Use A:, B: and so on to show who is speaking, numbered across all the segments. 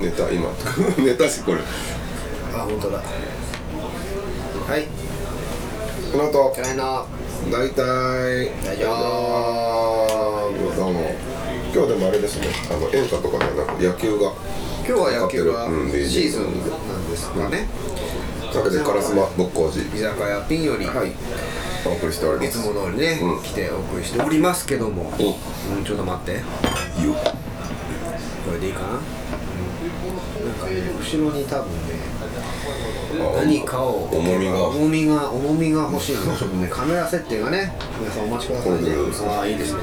A: た今 寝たしこれ
B: あ本当だはい
A: この後
B: じゃあの
A: 大体
B: 大丈夫
A: どうも今日でもあれですねあの演歌とかではなく野球が
B: 今日は野球が
A: うん
B: シーズンなんですかね
A: かけて烏丸牧光
B: 居
A: 寺
B: 酒屋ピンより、
A: はいお送りしており
B: い
A: ま
B: つ
A: す
B: も通りね、
A: うん
B: 来てお送りしておりますけども、うん、ちょっと待って
A: いいよ
B: これでいいかな、うん、なんかね後ろに多分ね
A: あ
B: 何かを
A: 重みが
B: 重みが重みが欲しいのちょっとねカメラ設定がね皆さんお待ちくださいね
A: これでいいです
B: ああいいですね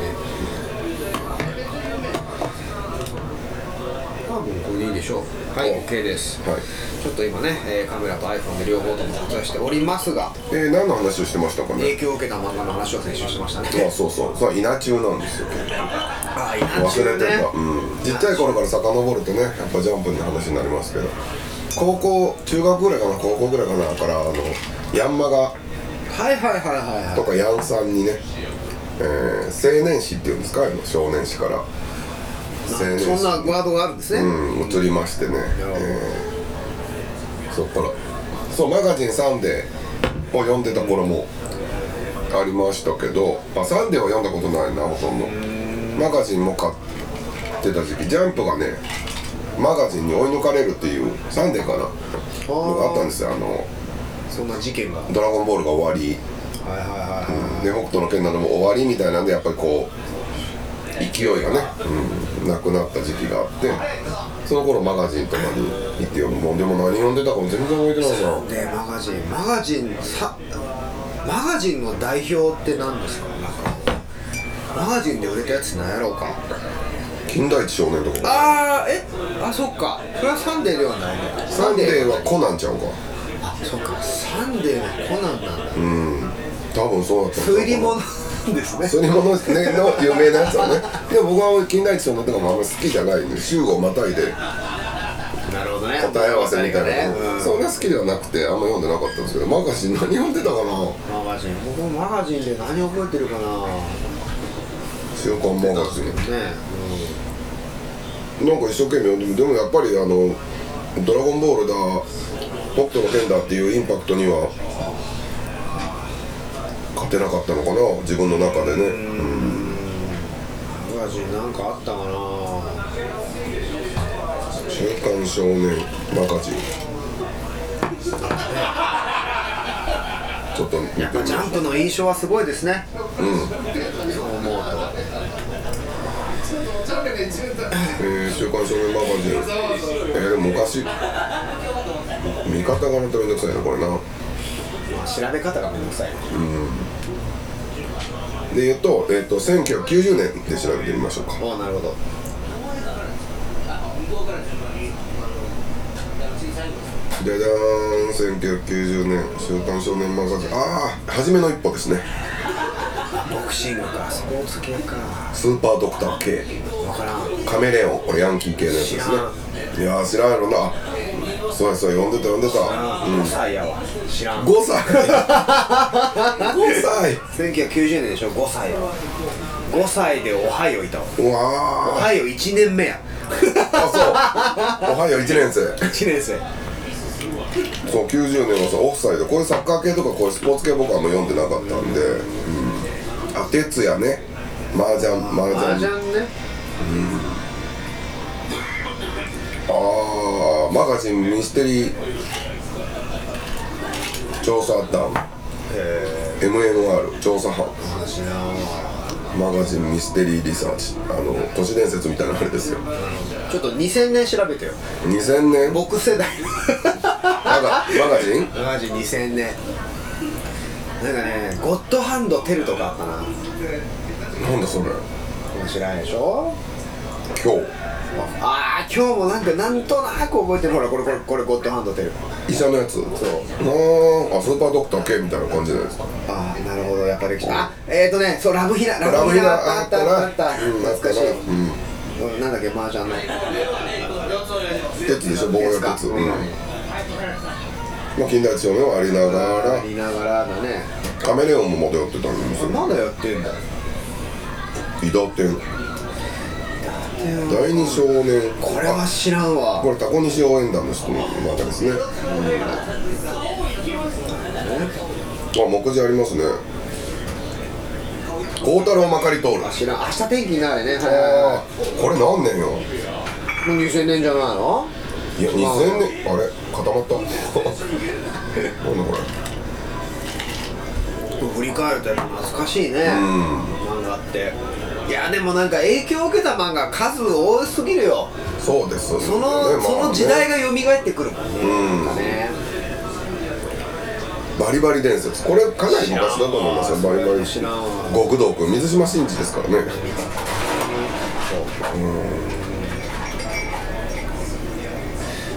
B: 多分これでいいでしょうはい OK です
A: はい
B: ちょっと今ね、えーカメラと iPhone で両方とも撮影しておりますが
A: えー、何の話をしてましたか
B: 影
A: ね
B: 響を受けた漫画の話を先週しましたね
A: あそうそうそれは稲中なんですよ
B: ああいいな
A: 忘れて
B: ね
A: た、うん、ちっちゃい頃から遡るとねやっぱジャンプの話になりますけど高校中学ぐらいかな高校ぐらいかなからあのヤンマガ
B: はいはいはいはいはい
A: とかヤンさんにね、えー青年誌っていうんですかあの少年誌から青年誌
B: そんなワードがあるんですね、
A: うん移りましてね、
B: なるほど
A: えーそっからそうマガジン「サンデー」を読んでた頃もありましたけどあサンデーは読んだことないなほとんどマガジンも買ってた時期ジャンプがねマガジンに追い抜かれるっていうサンデーかなのがあったんですよあの
B: そんな事件がは
A: 「
B: い
A: ドラゴンボール」が終わり
B: はいはいはい、
A: で北斗の拳なども終わりみたいなんでやっぱりこう勢いがね、うん、なくなった時期があってその頃マガジンとかに行って読むもうでも何読んでたかも全然覚えてないな
B: でマガジンマガジンさマガジンの代表って何ですかなんかマガジンで売れたやつなんやろうか
A: 金田一少年とか
B: ああえあそっかそれはサンデーではないのか
A: サンデーはコナンちゃんか
B: あそっかサンデーはコナンなんだ、
A: うん多分そうだった
B: 推理物
A: の
B: なんですね
A: 推理物ですねの有名なやつはねでも僕は金田一少年とかもあんま好きじゃないんで週をまたいで
B: なるほどね
A: 答え合わせみたいな、
B: うん
A: そんな好きではなくてあんま読んでなかったんですけどマガジン何読んでたかな
B: マガジン僕もマガジンで何覚えてるかな
A: 週刊マガジン
B: ね
A: なんか一生懸命読んでもでもやっぱりあの「ドラゴンボール」だ「北斗の拳」だっていうインパクトには勝てなかったのかな自分の中でねうん
B: うんマガジンなんかあったかな
A: 「週刊少年マガジン」ちょっと見てみま
B: ジ
A: す
B: ャンプの印象はすごいですね。
A: うん
B: そう思うと。
A: えー、週刊少年マガジン、えー、でも昔見方がまためんどくさいなこれな
B: まあ、調べ方がめんどくさい。
A: で言うと,、えー、と1990年で調べてみましょうか
B: おお、なるほど。
A: じゃじゃーん1990年「週刊少年マガジン」ああ初めの一歩ですね
B: ボクシングか、スポーツ系か。
A: スーパードクター K
B: わからん。
A: カメレオンこれヤンキー系のやつですねいやー知らんやろなあそうやそうや読んでた読んでた
B: ああ、
A: うん
B: 5歳やわ。知らん。
A: 5歳5歳
B: 1990年でしょ、5歳やわ。5歳でオハイオいたわ。
A: う
B: オ
A: わー
B: ハイオ1年目 や。
A: あそうおはよう1年生
B: 1年生。
A: そう90年はさオフサイドこれサッカー系とかこれスポーツ系僕はあんま読んでなかったんで、うん、あ哲也ね麻雀麻
B: 麻
A: 雀
B: 雀ね。
A: ああマガジンミステリー調査団
B: へ
A: MMR 調査班
B: え。知らんわ。
A: マガジンミステリーリサーチあの都市伝説みたいなのあれですよ
B: ちょっと2000年調べてよ。
A: 2000年マ
B: 僕世代。
A: ガマガジン
B: マジ2000年なんかねゴッドハンドテルとかあったな
A: なんだそれ
B: 面白いでしょ
A: 今
B: ああ今日もなんかなんとなく覚えてるほらこれこれこれゴッドハンドテル
A: 日医者のやつそうあーあスーパードクター K みたいな感じじゃないですか
B: ああなるほどやっぱり来たあえっ、ー、とねそうラブヒナラブヒナあったあったあった
A: うん
B: 懐かし
A: う
B: い、
A: ん
B: うん、なんだっけ麻雀の
A: 鉄でしょ棒や
B: か
A: 鉄うんまあ近代一少年はありなが
B: ありながらだね
A: らカメレオンもまだやってたんですよ
B: まだやってんだ
A: 移動店
B: だっ
A: 第二少年
B: これは知らんわ
A: これタコ西応援団の人の中ですね、あ目次ありますね孝太郎まかり通る
B: 知らん明日天気になるねはいはい
A: あーこれ何年よ
B: はいもう2000年じゃないの
A: いや
B: まあ
A: 2000年あれ固まった なんだこ
B: 振り返るとやっぱ懐かしいね、漫画っていやでもなんか影響を受けた漫画数多すぎるよ
A: れそうですそ
B: その,、その時代が蘇ってくるもんね、
A: ん
B: なんかね
A: バリバリ伝説これかなり昔だと思いますよバリバリ
B: 知らんわ
A: 極道君水島新司ですからね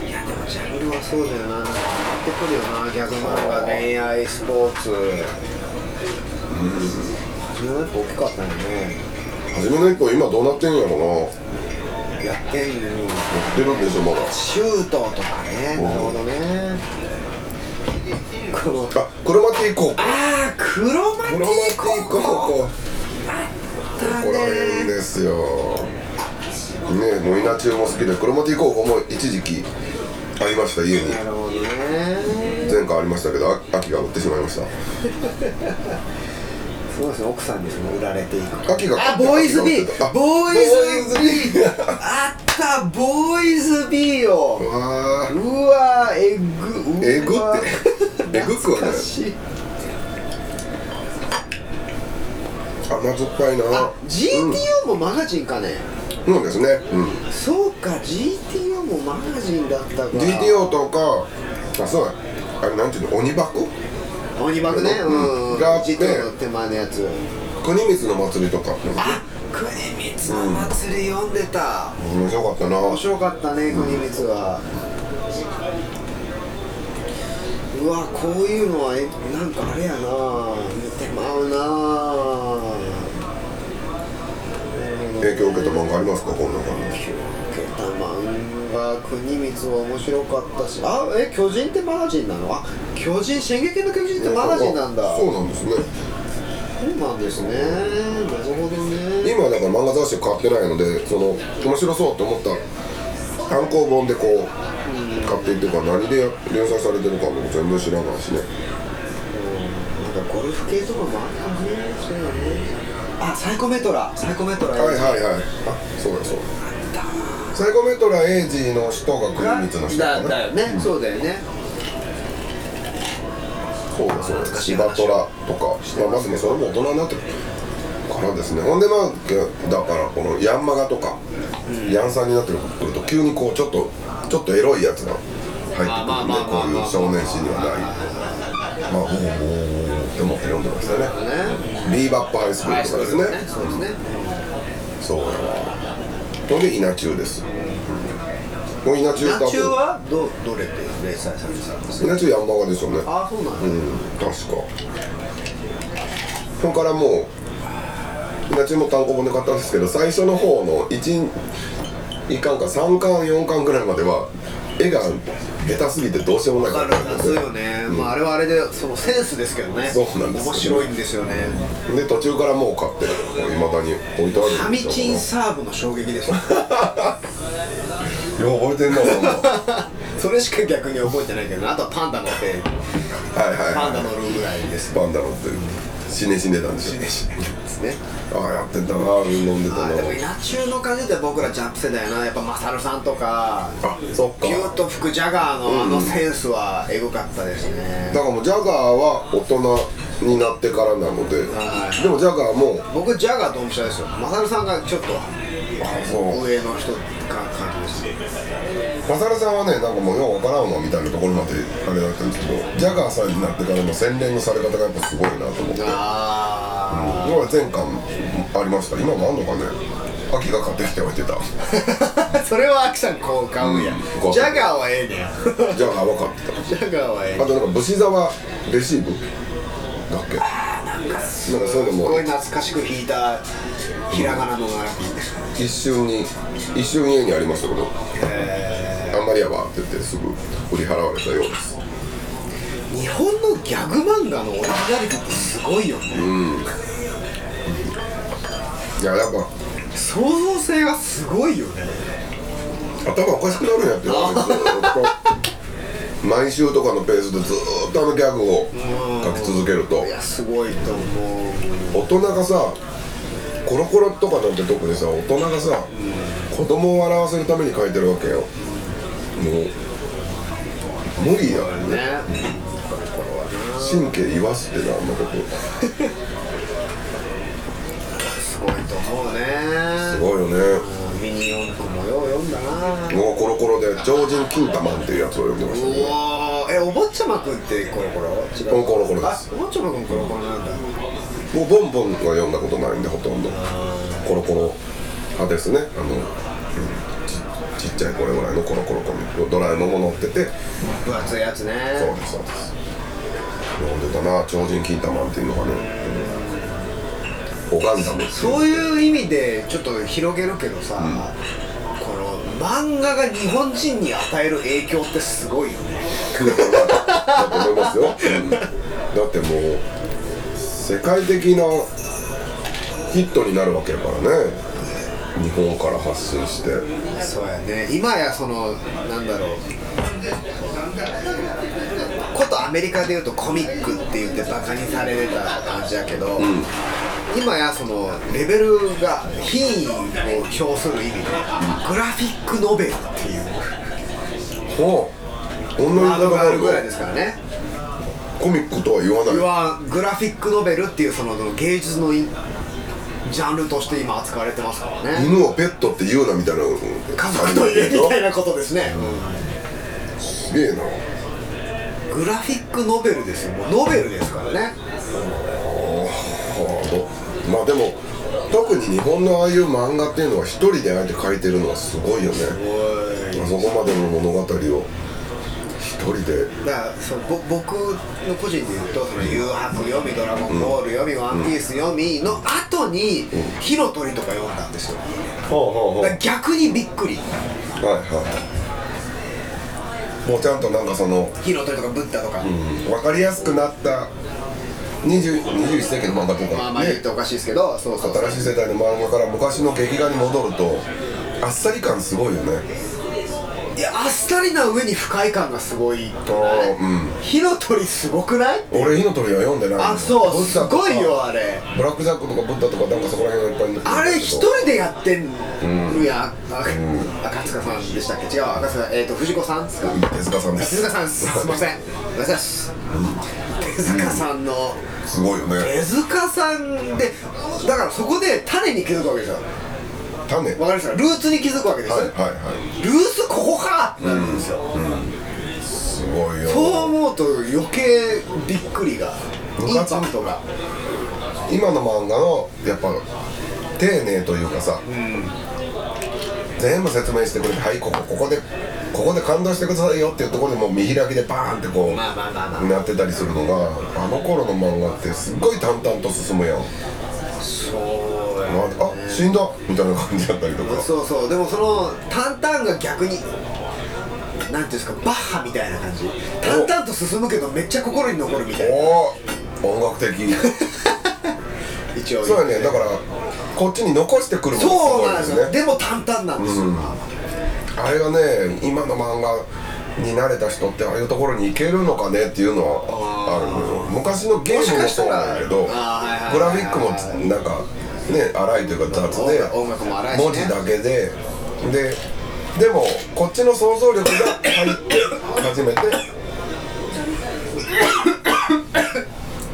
B: いやでもジャンルはそうだよなやってくるよなギャグ漫画恋愛スポーツ自分はやっぱ大きかったよね
A: 初めの一歩今どうなってんやろなや
B: やってんのに
A: ってるんでしょまだ
B: シュートとかねなるほどねこの
A: あクロマティ高校
B: ああクロマテ
A: クロマテ
B: ィ
A: ィ
B: 高
A: 高
B: 校
A: 校
B: だ
A: この辺
B: ね
A: ですよねもう稲中も好きでクロマティ高校も一時期ありました家に
B: なるほどね
A: 前回ありましたけどあ秋が売ってしまいました
B: すごいですね奥さんにその売られていく
A: 秋が
B: あボーイズビー
A: あ
B: ボーイズ
A: ボーイズビー
B: あったボーイズビーよ
A: わー
B: うわーえぐうわー
A: えぐ ってえぐくはない
B: 懐かしい
A: 甘酸っぱいな
B: あ GTO もマガジンかね、
A: そうですね、うん、
B: そうか GTO もマガジンだったから
A: GTO とかあそうだあれなんていうの鬼箱
B: 鬼幕ね
A: うん
B: うん
A: があって
B: GTO の手前のやつ
A: 国光の祭りとか
B: あ国光の祭り読んでた、
A: 面白かったな
B: 面白かったね国光は、うわこういうのはえなんかあれやな見てまうな
A: 影響を受けた漫画ありますかこんな感じ
B: 受けた漫画国光は面白かったしあえ巨人ってマガジンなのあ巨人進撃の巨人ってマガジンなんだ
A: そうなんですね
B: そうなんですねなるほどね
A: 今だから漫画雑誌を買ってないのでその面白そうって思った単行本でこう買っていってるから何でや連載されてるかも全然知らないしね
B: なんかゴルフ系とかもあったねそうだねあサイコメトラサイコメトラ
A: はいはいはいあそうだそうだサイコメトラエイジの人が国光の人
B: だ
A: か
B: だ
A: な
B: よね、そうだよね
A: そうだそう
B: 懐
A: だ
B: かしい
A: シバトラとかまあまずねそれも大人になってからですねほんでまあだからこのヤンマガとか、ヤンさんになってくると急にこうちょっとちょっとエロいやつが入ってくる
B: まあまあ
A: ん
B: ま
A: で
B: あまあ
A: こういう少年誌にはないまあおーおーおーって思って読んでましたね
B: ね
A: ビーバップハイスクールとかですね
B: そうですね
A: そうやわほんで稲中です、うん、もう稲中多
B: 南中
A: 分
B: はどどれで連載されてたんですか
A: 稲中ヤンマガですよね
B: ああそうなんだ、
A: うん確かそこからもううちも単行本で買ったんですけど最初の方の1一巻か3巻4巻ぐらいまでは絵が下手すぎてどうしようもない
B: わかるなそうよね、まああれはあれでそのセンスですけどね
A: そうなんです
B: 面白いんですよね
A: で途中からもう買っていまだに置いてある
B: ファミチンサーブの衝撃ですよ
A: よう覚えてんなお前もは
B: それしか逆に覚えてないけどあとはパンダ乗って
A: いはい、はい、
B: パンダ乗るぐらいです
A: パンダのって死ね死ねたんですよ
B: ですね
A: ああやってたな飲んでた
B: あ
A: な
B: ーでも稲中の風って僕らジャンプ世代やなやっぱマサルさんとか
A: あそっか
B: ギュッと吹くジャガーのあのセンスはエグかったですね、
A: だからもうジャガーは大人になってからなので
B: はい
A: でもジャガーも
B: 僕ジャガードンピシャですよマサルさんがちょっと
A: そう
B: 上の人か感じです
A: マサルさんはねなんかもうようわからんわみたいなところまであれだったんですけどジャガーさんになってからの洗練のされ方がやっぱすごいなと思ってだから
B: あ
A: 前巻ありました今もあんのかね秋が買ってきて置いてた
B: あ それはアキさんこう買うんや、
A: うん
B: ジャガーはええねん
A: ジャガーは買ってた
B: ジャガーはええ
A: あとなんか武士沢レシーブだっけなんかそういうの
B: すご
A: も
B: い懐かしく弾いたひらがなのが
A: 一瞬に一瞬家にありましたけどあんまりやばって言ってすぐ振り払われたようです
B: 日本のギャグ漫画のオリジナリティってすごいよね、
A: いややっぱ
B: 創造性がすごいよね
A: 頭おかしくなるんやってずーっと 毎週とかのペースでずーっとあのギャグを書き続けると
B: いやすごいと思う
A: 大人がさコロコロとかなんて特にさ大人がさ子供を笑わせるために書いてるわけよもう無理やんね
B: ね
A: 神経言わすってなあんなこと
B: すごいと思うね
A: すごいよね
B: うんミニ四駆もよう読んだな
A: もうコロコロで「超人金玉」っていうやつを読んでましたね
B: おおえお坊ちゃまくんってコロコロ違
A: コロ
B: う
A: コロコロで
B: あ
A: す
B: お坊ちゃまくんコロコロなんだ
A: もうボンボンは読んだことないんでほとんどコロコロ派ですねあの、うんちちっちゃい頃ぐらいのコロコロコミドラえもんも乗ってて
B: 分厚いやつね
A: そうですそうです読んでたな超人金玉っていうのがねオガンダムっていう
B: そういう意味でちょっと広げるけどさ、この漫画が日本人に与える影響ってすごいよね
A: だと思いますよ、うんだってもう世界的なヒットになるわけやからね日本から発信して
B: そうやね今やそのなんだろうことアメリカでいうとコミックって言ってバカにされてた感じやけど、今やそのレベルが品位を表する意味でグラフィックノベルっていう
A: ほうこんな
B: ワード
A: に
B: があるぐ
A: ぐ
B: ら
A: ら
B: い
A: い
B: ですからね
A: コミックとは言わない
B: はグラフィックノベルっていうその芸術のいジャンルとして今扱われてますからね
A: 犬をペットって言うなみたいな
B: 家族と家
A: でし
B: み
A: ょ
B: たいなことですね、
A: すげえな
B: グラフィックノベルですよもうノベルですから
A: あ
B: ね
A: どまあでも特に日本のああいう漫画っていうのは一人であえて書いてるのはすごいよねあそこまでの物語を一人で
B: だからそうぼ僕の個人で言うと「その誘白読み」「ドラゴンボール読み」ワンピース読み」の後に「火の鳥」とか読んだんですよ
A: ほうほうほ
B: だから逆にびっくり
A: はいはいもうちゃんとなんかその、
B: 「火の鳥」とか「ブッダ」とか、
A: 分かりやすくなった20 21世紀の漫画と
B: まあ
A: か、
B: まあ言っておかしいですけどそうそう
A: 新しい世代の漫画から昔の劇画に戻るとあっさり感すごいよね
B: いやあっさりな上に不快感がすごい
A: あーうん
B: 火の鳥すごくない
A: 俺火の鳥は読んでないの
B: あそう
A: ブッダ
B: す
A: とか
B: ごいよあれ
A: ブラックジャックとかブッダとかなんかそこら辺がいっぱい出てくるんだけど
B: あれ一人でやってんのや、あ赤塚さんでしたっけ違う赤塚えっ、と藤子さんですか、
A: 手塚さんで
B: 手
A: す
B: 塚さんすいません私です手塚さんの
A: すごいよね
B: 手塚さんでだからそこで種に気づくわけですよ
A: 種はい
B: わかりますかルーツに気づくわけですよ、
A: はいはい
B: ルーツここかってなるんですよ、
A: すごいよ
B: そう思うと余計びっくりがインパクトが
A: 今の漫画のやっぱ丁寧というかさ、全部説明してくれて「はいここここでここで感動してくださいよ」っていうところでもう見開きでバーンってこう、
B: まあまあまあまあ
A: なってたりするのがあの頃の漫画ってすっごい淡々と進むやん、
B: そうや
A: ああ死んだみたいな感じだったりとか
B: そうそうでもその淡々が逆になんていうんですかバッハみたいな感じ淡々と進むけどめっちゃ心に残るみたいな
A: おお音楽的
B: 一応
A: そうやねだからこっちに残してくるもの
B: そうなんですよ
A: ね
B: でも淡々なんですよ、
A: あれがね今の漫画に慣れた人ってああいうところに行けるのかねっていうのはあるのよ昔のゲームもそうなんだけど
B: もしかしたらあー
A: グラ
B: はい
A: フ
B: はいはいはい
A: ィックもなんかね荒いというか雑で
B: 音楽も荒いしね
A: 文字だけでででもこっちの想像力が入って初めて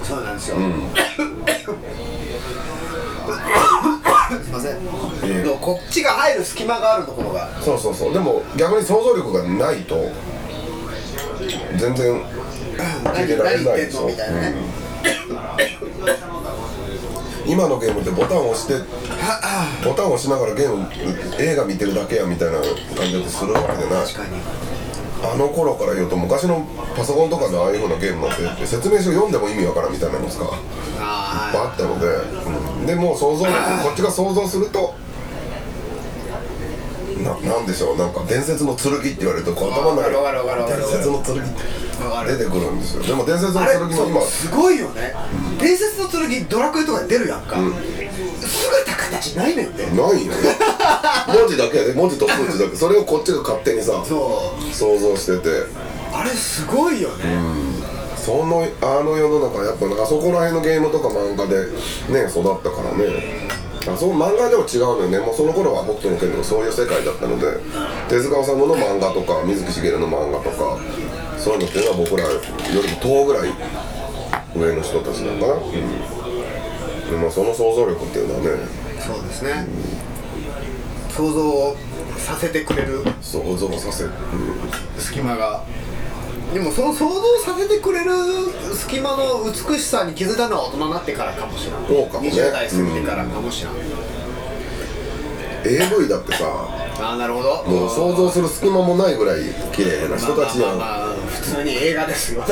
B: そうなんですよ、すいません、
A: え
B: でもこっちが入る隙間があるところが
A: そうそうそうでも逆に想像力がないと全然聞い
B: 何
A: てられ
B: 何
A: な
B: 言っ
A: い
B: て
A: で
B: ん
A: し
B: の
A: ょ
B: みたいなね、
A: 今のゲームってボタンを押してボタンを押しながらゲーム映画見てるだけやみたいな感じでするわけじゃない
B: 確かに
A: あの頃から言うと昔のパソコンとかでああいうふうなゲームなんて説明書読んでも意味わからんみたいなのが
B: あ
A: あったので、うんでもう想像力こっちが想像するとななんでしょうなんか伝説の剣って言われるとこう頭の中
B: わかるわかるわ
A: で
B: かる
A: 伝
B: わかる
A: 説の剣って
B: のがあ
A: 出
B: る
A: てくるんですよでも伝説の
B: あれ
A: 剣も今
B: そうすごいよね伝説の剣ドラクエとかに出るやんか、姿形ないねんって
A: ないよね文字だけやで文字と数字だけそれをこっちが勝手にさ
B: そう
A: 想像してて
B: あれすごいよね、
A: そのあの世の中やっぱなんかそこら辺のゲームとか漫画でね育ったからねあそう漫画でも違うのよねもうその頃は北斗の拳とかそういう世界だったので手塚治虫の漫画とか水木しげるの漫画とかそういうのっていうのは僕らよりも遠ぐらい上の人たちなのかな、うんでもその想像力っていうのはね
B: そうですね、想像をさせてくれる
A: 想像させる、
B: 隙間がでもその想像させてくれる隙間の美しさに気づいたのは大人になってからかもしれない
A: そうかもね
B: 20代過ぎてからかもしれない、
A: AV だってさ
B: ああなるほど
A: もう想像する隙間もないぐらい綺麗な人たち
B: まあ
A: な
B: ま
A: の
B: あまあ普通に映画ですよ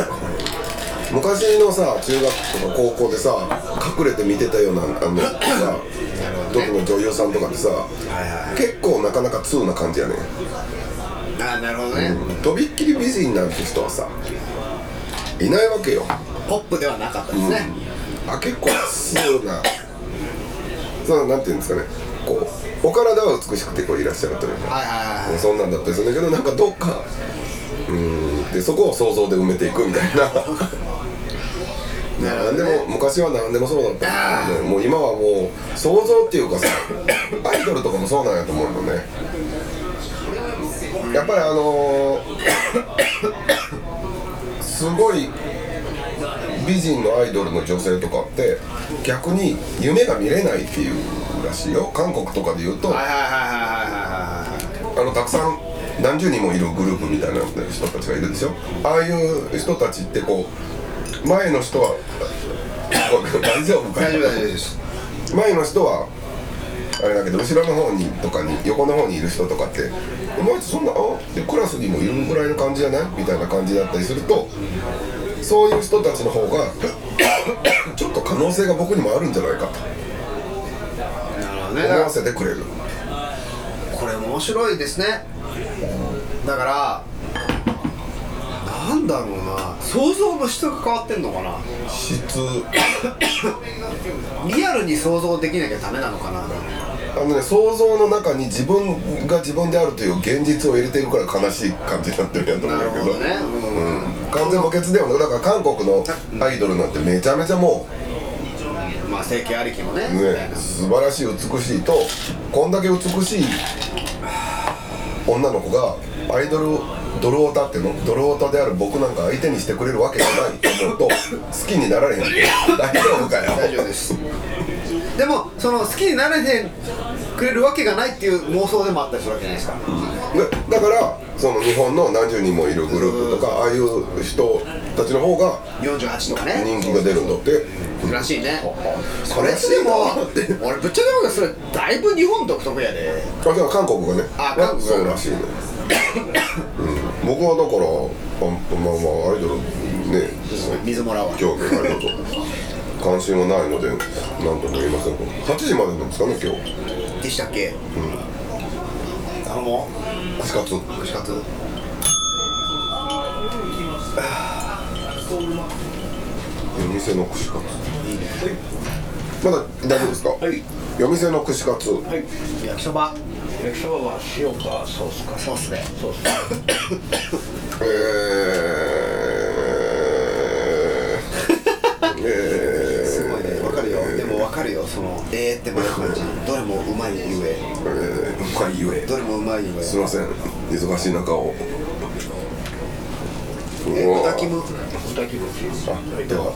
A: 昔のさ中学とか高校でさ隠れて見てたようなあのさ時の女優さんとかでさ
B: は
A: 結構なかなか通な感じやね
B: ああなるほどね、
A: とびっきり美人なんて人はさいないわけよ
B: ポップではなかったですね、
A: あ結構通なそのなんていうんですかねこうお体は美しくてこういらっしゃるというか
B: はいはいはい
A: そんなんだったりするんだけどなんかどっかうーんでそこを想像で埋めていくみたいな
B: なるほ
A: 何で
B: どね
A: も昔は何でもそうだったんだけどねもう今はもう想像っていうかさ アイドルとかもそうなんやと思うのねやっぱりあ のーすごい美人のアイドルの女性とかって逆に夢が見れないっていうらしいよ韓国とかで言うと
B: はいはいはいはいはいはいはい
A: あのたくさん何十人もいるグループみたいな人たちがいるでしょああいう人たちってこう前の人は大丈夫かな
B: 大丈夫大丈夫です
A: 前の人はあれだけど後ろの方にとかに横の方にいる人とかって「お前そんなあでクラスにもいるぐらいの感じじゃない?」みたいな感じだったりするとそういう人たちの方が ちょっと可能性が僕にもあるんじゃないかと
B: なるほどねだ
A: 思
B: か
A: わせてくれる
B: らこれ面白いですねだからなんだろうな想像の質が変わってんのかな
A: 質
B: リアルに想像できなきゃダメなのかな
A: あのね想像の中に自分が自分であるという現実を入れていくから悲しい感じになってるんやと思うん
B: な
A: だ
B: る
A: けど
B: ほどね、うん
A: 完全無欠だよねだから韓国のアイドルなんてめちゃめちゃも
B: まあ整形ありきのね
A: う
B: みたい
A: ね
B: な
A: 素晴らしい美しいとこんだけ美しい女の子がアイドル泥オタっていうの泥オタである僕なんか相手にしてくれるわけがないと 思うと好きになられへん大丈夫かよ
B: 大丈夫ですでもその好きになれてくれるわけがないっていう妄想でもあったりするわけじゃないですか、
A: でだからその日本の何十人もいるグループとかああいう人たちの方が
B: 48とかね
A: 人気が出るんだって
B: らしいねそ
A: そ
B: れ
A: れ
B: っ
A: ってて
B: で
A: で
B: も
A: も
B: 俺ぶっちゃけ僕それだいぶ日本独特やで
A: あじゃあ韓国がね
B: あ韓国
A: そうらしいね、うん、僕はだからあまあまあアイドルね
B: 水もらうわ
A: 興味がないこと関心はないので何とも言いませんけど8時までなんですかね今日
B: でしたっけ頼も
A: 串カツ
B: う串カツ
A: 夜店の串カツまだ大丈夫ですか、
C: はい、
A: 夜店の串カツ
C: はい、
B: 焼きそば
C: 焼きそばは塩かソースか
B: ソースで
C: ソースか
A: えーえー
B: すごいねわかるよでもわかるよそのえーって迷う感じどれもうまいゆえ
A: えー深いゆえ
B: どれもうまいゆえ
A: すいません忙しい中を
B: え
A: うわ
B: おたきむ
C: 豚キムチはい
A: では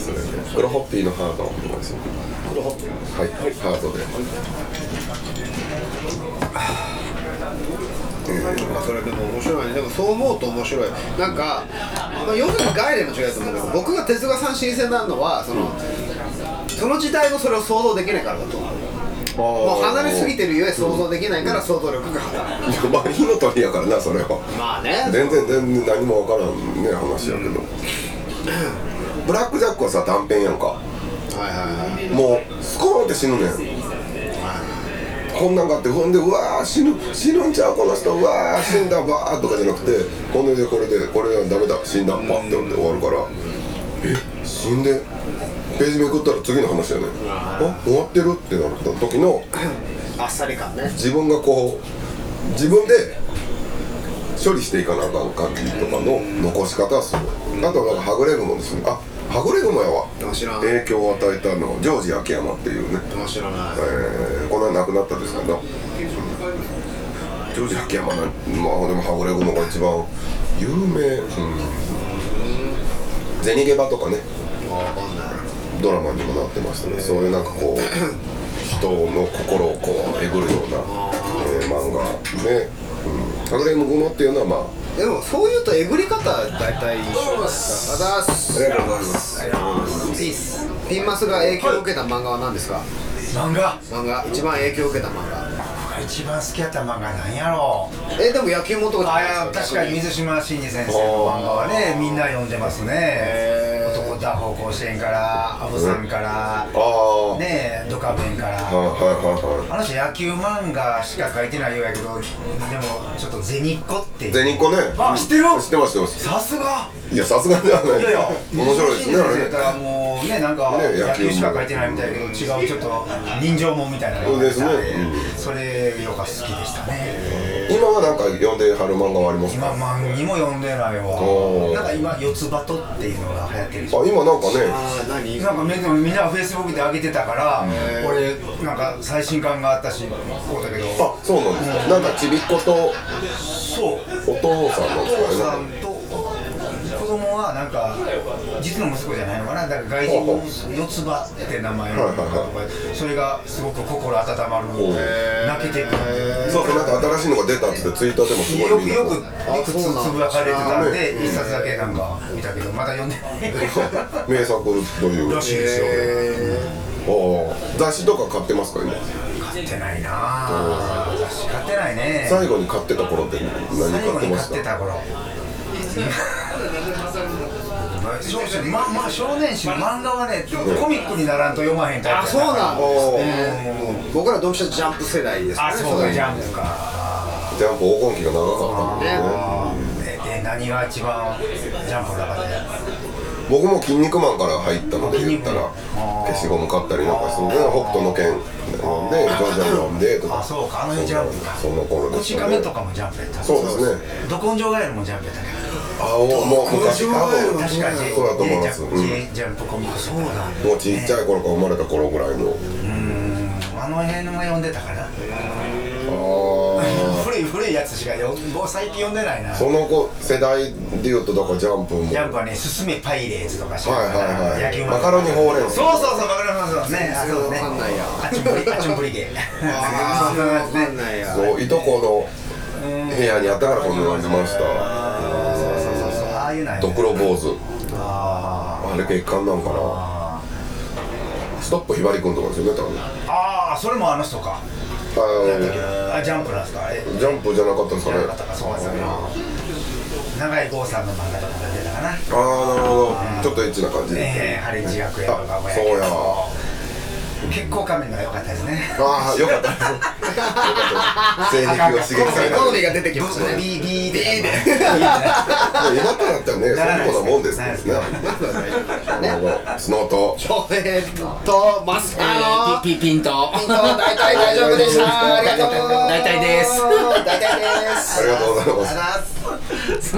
A: それで黒ホッピーのハードをお願いします
C: 黒ホップは
A: はい、ハードで
B: まあそれでも面白いねでもそう思うと面白いなんか、まあ、要するに概念の違いだと思うけど僕が哲学さん新鮮なのはその、その時代のそれを想像できないからだと思うもう離れすぎてるゆえ想像できないから想像力が働く、
A: まあ火の鳥やからなそれは
B: まあね
A: 全然全然何もわからんね話やけど、ブラックジャックはさ断片やんか
B: はいはいはい
A: もうスコーンって死ぬねんこんなんがあってほんでうわー死ぬ死ぬんちゃうこの人うわー死んだわーとかじゃなくてこれでこれでこれはダメだ死んだパッて終わるからえ死んでページめくったら次の話だねあ終わってるってなった時の
B: あっさり感ね
A: 自分がこう自分で処理していかなあかん感じとかの残し方はすごいあとはなんかはぐれ雲ですねあはぐれ雲やわ
B: 面白い
A: 影響を与えたのはジョージ秋山っていうね、
B: 面白いな
A: えー、この間亡くなったですけどジョージ秋山なんまあでもはぐれ雲が一番有名うん銭ゲバとかね
B: わかんない
A: ドラマにもなってましたねそういうなんかこう人の心をこうえぐるような、えー漫画ね「かぐれむぐも」っていうのはまあ
B: でもそういうとえぐり方大体一緒だすあざーす
A: ありがとうございます
B: ピースピンマスが影響を受けた漫画は何ですか
D: 漫画
B: 漫画一番影響を受けた漫画
D: 僕が一番好きやった漫画なんやろう
B: えでも野球もとかじゃ
D: あ
B: ないい
D: や
B: です
D: 確かに水島新司先生の漫画はねみんな読んでますね
B: へー
D: 男打法甲子園から阿部さんから
A: ああ、
D: ねえドカベンか
A: はい
D: ら
A: はいはいは
D: あの人野球漫画しか書いてないようやけどでもちょっと銭っ子ってい
A: いう銭子ね
D: あ知ってる
A: 知ってます知ってます
D: さすが
A: いやさすがじゃない
D: いやいや
A: 面白いですねあれ
D: 言った
A: ね
D: らもうねなんか
A: ね
D: 野球しか書いてないみたいだけど違うちょっと人情もんみたいなのが書いてあっ
A: そ
D: て
A: うですねう
D: それよか好きでしたね
A: 今はなんか読んではる漫画はあります
D: 今
A: か
D: 漫にも読んでない
A: お
D: わ
A: ー
D: なんか今四つ葉とっていうのが流行ってるでし
A: あ
D: ょ
A: 今なんかね
B: あー何
D: なんかみんなみんながフェイスブックで上げてたから俺なんか最新刊があったしこうだけど
A: あそうなんですかなんかちびっ子と
D: そう
A: お父さんなん
D: お
A: ですか
D: 父
A: ね
D: さんと子供はなんか実の息子じゃないのかなだから外人の四つ葉って名前のそれがすごく心温まる泣けてくる
A: そうそうなんか新しいのが出たっつってツイッターでもすごい
D: よ
A: みん
D: く
A: な
D: よくいくつ
B: あそう
D: つ
B: なん
D: ぶ
B: だ
D: やかれてたんで一冊だけなんか見たけどまだ読んでない
A: 名作という
D: らしいですよ
A: ああ雑誌とか買ってますか今
D: 買ってないなあ雑誌買ってないね
A: 最後に買ってた頃って何
D: 最
A: 買
D: 後
A: って
D: に
A: ま
D: 買っ
A: してた
D: た頃少年ままあ少年誌の漫画はねコミックにならんと読まへんタイプ
B: あそうなんですね
D: もう
B: 僕らドンピシャジャンプ世代ですね
D: あそうだジ
B: ね
D: ャンプか
A: ジャンプ黄金期が長かったんでね
D: えで何が一番ジャンプの中で
A: 僕も「筋肉マン」から入ったので言ったら
D: 筋肉マン
A: 消しゴム買ったりなんかするんで北斗の拳読んでジョジョ読んでと
D: あ
A: か
D: そうかあの辺ジャンプか
A: その頃で
D: こち
A: すよ
D: 亀
A: ね
D: とかもジャンプやった
A: そうですね
D: ど根性ガエルもジャンプやったけど
A: あおもう昔多分
D: 確かに
A: そうだと思います、うん
D: J ジャンプコミックそうなん
A: もうちっちゃい頃から生まれた頃ぐらいの
D: あの辺のが読んでたかな
A: ああ
D: 古い古いやつしか読んもう最近読んでないなジ
A: その子世代でいうとだからジャンプも
D: ャンプはね「すすめパイレーツ」とかしか
A: はいはいはい
D: 野球漫画
A: マカロニほうれん草
D: そうそうそうマカロニほうれん草ねあそうね
B: わかんないや
D: あっちんぶりあっちんぶりゲー
B: あーわかんないや
A: そういとこの部屋にあったからこんなのありました
D: そうそうそうそうああいうのや
A: ドクロ坊主
D: あ
A: あれ欠陥なんかなストップひばりくんとかですよね多分
D: ーあーそれもあの人か
A: あ
D: あジャンプなんですかえ
A: ージャンプじゃなかったんですかね
D: なんかとかそうなんですよね長井剛さんの漫画とか出てたかな
A: ああなるほどちょっとエッチな感じ
D: ええハレンチ学園とかも
A: あ
D: や
A: そう
D: けど
A: や
D: 結構仮面が良かったですね
A: ああよかったですよかったです性癖を刺激された
B: 好みが出てきましたね
D: B B で
A: 今となったらね
D: ならない
A: そんなもんなもんですけどねなるほどスノート
B: えーっとマスカの
E: ピピピンと
B: ピンと大体大丈夫で したありがとう
E: 大体です
B: 大体です
A: ありがとうございます
B: ありがとうございます